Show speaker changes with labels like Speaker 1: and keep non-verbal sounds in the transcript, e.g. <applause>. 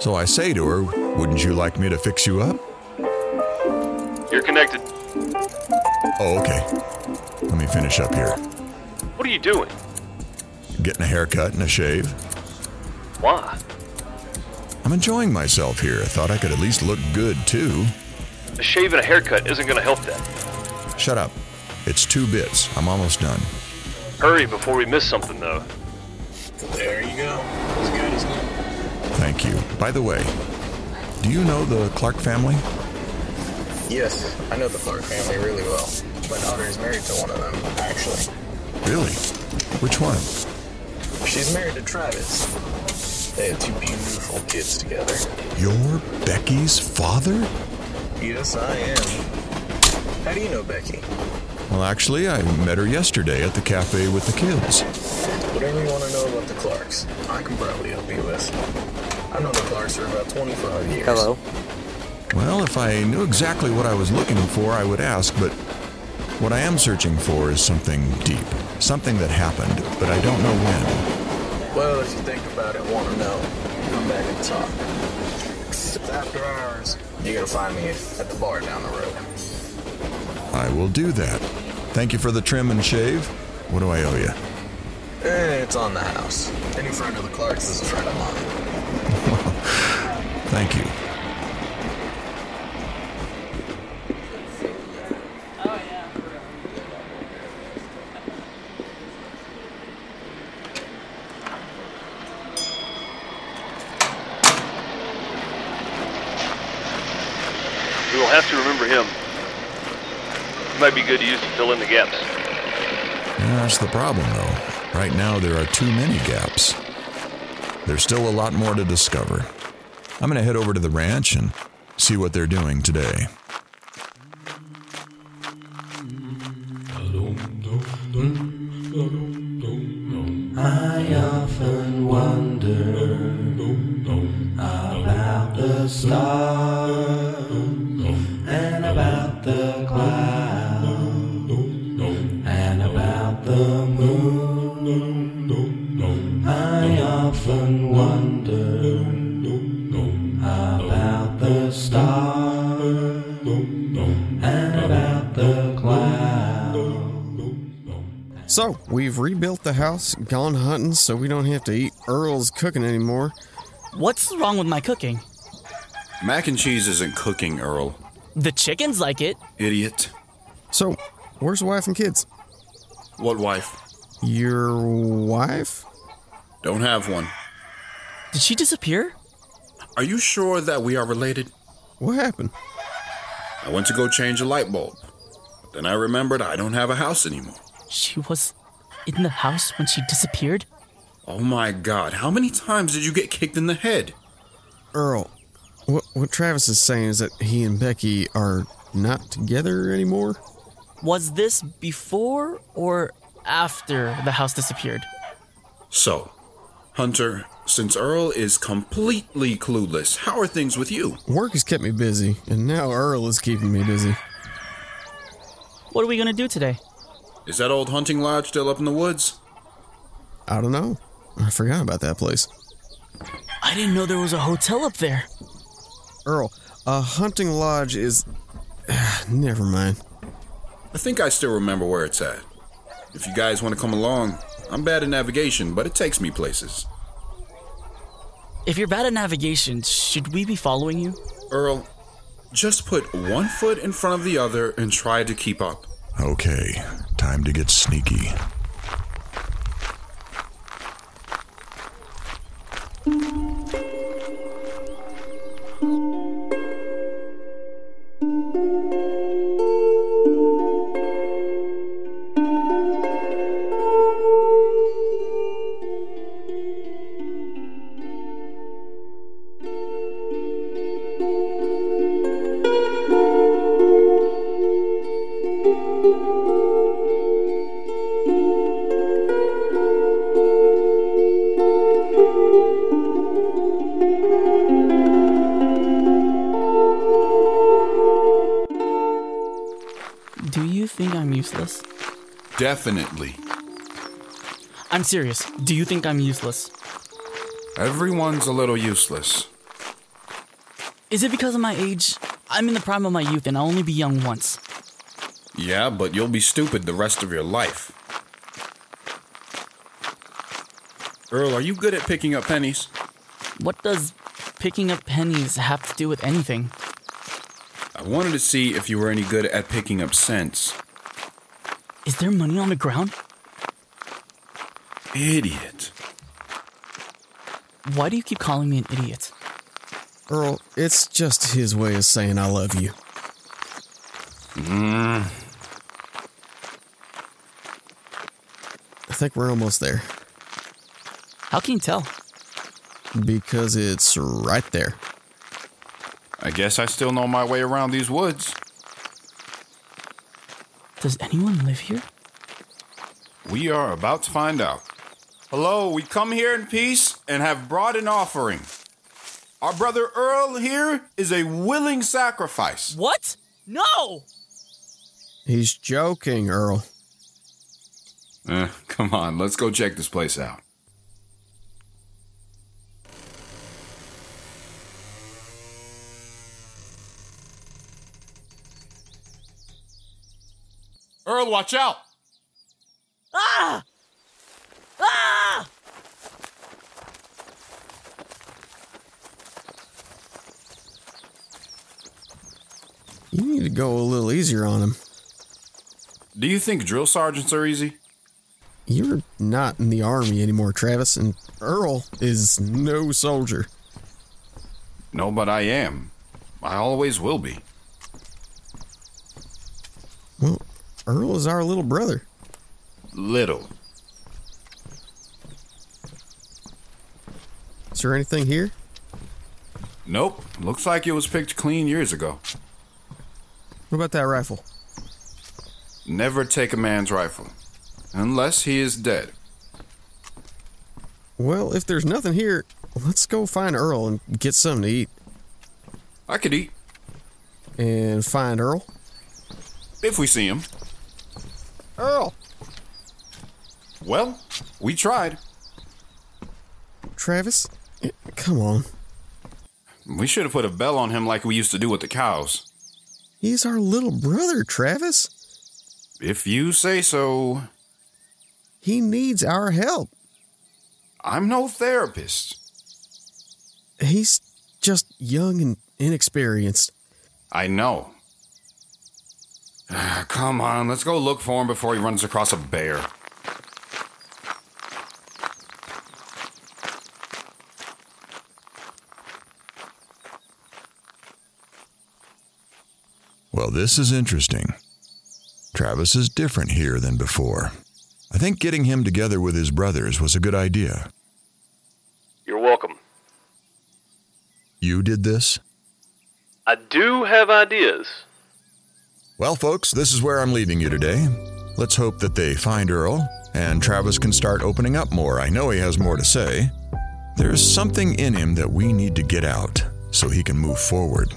Speaker 1: So I say to her, Wouldn't you like me to fix you up?
Speaker 2: You're connected.
Speaker 1: Oh, okay. Let me finish up here.
Speaker 2: What are you doing?
Speaker 1: Getting a haircut and a shave.
Speaker 2: Why?
Speaker 1: I'm enjoying myself here. I thought I could at least look good, too.
Speaker 2: A shave and a haircut isn't going to help that.
Speaker 1: Shut up. It's two bits. I'm almost done.
Speaker 2: Hurry before we miss something, though.
Speaker 3: There you go. As good as new.
Speaker 1: Thank you. By the way, do you know the Clark family?
Speaker 3: Yes, I know the Clark family really well. My daughter is married to one of them, actually.
Speaker 1: Really? Which one?
Speaker 3: She's married to Travis. They had two beautiful kids together.
Speaker 1: Your Becky's father?
Speaker 3: Yes, I am. How do you know Becky?
Speaker 1: Well, actually, I met her yesterday at the cafe with the kids.
Speaker 3: Whatever you want to know about the Clarks, I can probably help you with. I've known the Clarks for about 25 years.
Speaker 4: Hello.
Speaker 1: Well, if I knew exactly what I was looking for, I would ask, but what I am searching for is something deep, something that happened, but I don't know when.
Speaker 3: Well, if you think about it, want to know, come back and talk. It's after hours. You're gonna find me at the bar down the road.
Speaker 1: I will do that. Thank you for the trim and shave. What do I owe you?
Speaker 3: Eh, it's on the house. Any friend of the Clarks is a friend of mine.
Speaker 1: Thank you.
Speaker 2: We will have to remember him. It might be good to use to fill in the gaps.
Speaker 1: Yeah, that's the problem, though. Right now, there are too many gaps. There's still a lot more to discover. I'm going to head over to the ranch and see what they're doing today.
Speaker 5: I often wonder about the stars and about the clouds and about the moon. I often wonder about the stars and about the clouds.
Speaker 6: So, we've rebuilt the house, gone hunting so we don't have to eat Earl's cooking anymore.
Speaker 7: What's wrong with my cooking?
Speaker 8: Mac and cheese isn't cooking, Earl.
Speaker 7: The chickens like it.
Speaker 8: Idiot.
Speaker 6: So, where's the wife and kids?
Speaker 8: What wife?
Speaker 6: Your wife?
Speaker 8: Don't have one.
Speaker 7: Did she disappear?
Speaker 8: Are you sure that we are related?
Speaker 6: What happened?
Speaker 8: I went to go change a light bulb. But then I remembered I don't have a house anymore.
Speaker 7: She was in the house when she disappeared?
Speaker 8: Oh my god, how many times did you get kicked in the head?
Speaker 6: Earl, what, what Travis is saying is that he and Becky are not together anymore?
Speaker 7: Was this before or after the house disappeared?
Speaker 8: So, Hunter, since Earl is completely clueless, how are things with you?
Speaker 6: Work has kept me busy, and now Earl is keeping me busy.
Speaker 7: What are we gonna do today?
Speaker 8: Is that old hunting lodge still up in the woods?
Speaker 6: I don't know. I forgot about that place.
Speaker 7: I didn't know there was a hotel up there.
Speaker 6: Earl, a hunting lodge is. <sighs> Never mind.
Speaker 8: I think I still remember where it's at. If you guys want to come along, I'm bad at navigation, but it takes me places.
Speaker 7: If you're bad at navigation, should we be following you?
Speaker 8: Earl, just put one foot in front of the other and try to keep up.
Speaker 1: Okay, time to get sneaky.
Speaker 7: think I'm useless?
Speaker 8: Definitely.
Speaker 7: I'm serious. Do you think I'm useless?
Speaker 8: Everyone's a little useless.
Speaker 7: Is it because of my age? I'm in the prime of my youth and I'll only be young once.
Speaker 8: Yeah, but you'll be stupid the rest of your life. Earl, are you good at picking up pennies?
Speaker 7: What does picking up pennies have to do with anything?
Speaker 8: I wanted to see if you were any good at picking up cents.
Speaker 7: Is there money on the ground?
Speaker 8: Idiot.
Speaker 7: Why do you keep calling me an idiot?
Speaker 6: Earl, it's just his way of saying I love you. I think we're almost there
Speaker 7: How can you tell?
Speaker 6: because it's right there.
Speaker 8: I guess I still know my way around these woods.
Speaker 7: Does anyone live here?
Speaker 8: We are about to find out. Hello, we come here in peace and have brought an offering. Our brother Earl here is a willing sacrifice.
Speaker 7: What? No!
Speaker 6: He's joking, Earl.
Speaker 8: Eh, come on, let's go check this place out. Earl, watch out!
Speaker 7: Ah! Ah!
Speaker 6: You need to go a little easier on him.
Speaker 8: Do you think drill sergeants are easy?
Speaker 6: You're not in the army anymore, Travis, and Earl is no soldier.
Speaker 8: No, but I am. I always will be.
Speaker 6: Well, Earl is our little brother.
Speaker 8: Little.
Speaker 6: Is there anything here?
Speaker 8: Nope. Looks like it was picked clean years ago.
Speaker 6: What about that rifle?
Speaker 8: Never take a man's rifle. Unless he is dead.
Speaker 6: Well, if there's nothing here, let's go find Earl and get something to eat.
Speaker 8: I could eat.
Speaker 6: And find Earl.
Speaker 8: If we see him.
Speaker 6: Earl!
Speaker 8: Well, we tried.
Speaker 6: Travis? eh, Come on.
Speaker 8: We should have put a bell on him like we used to do with the cows.
Speaker 6: He's our little brother, Travis.
Speaker 8: If you say so.
Speaker 6: He needs our help.
Speaker 8: I'm no therapist.
Speaker 6: He's just young and inexperienced.
Speaker 8: I know. <sighs> Come on, let's go look for him before he runs across a bear.
Speaker 1: Well, this is interesting. Travis is different here than before. I think getting him together with his brothers was a good idea.
Speaker 2: You're welcome.
Speaker 1: You did this?
Speaker 2: I do have ideas.
Speaker 1: Well, folks, this is where I'm leaving you today. Let's hope that they find Earl and Travis can start opening up more. I know he has more to say. There's something in him that we need to get out so he can move forward.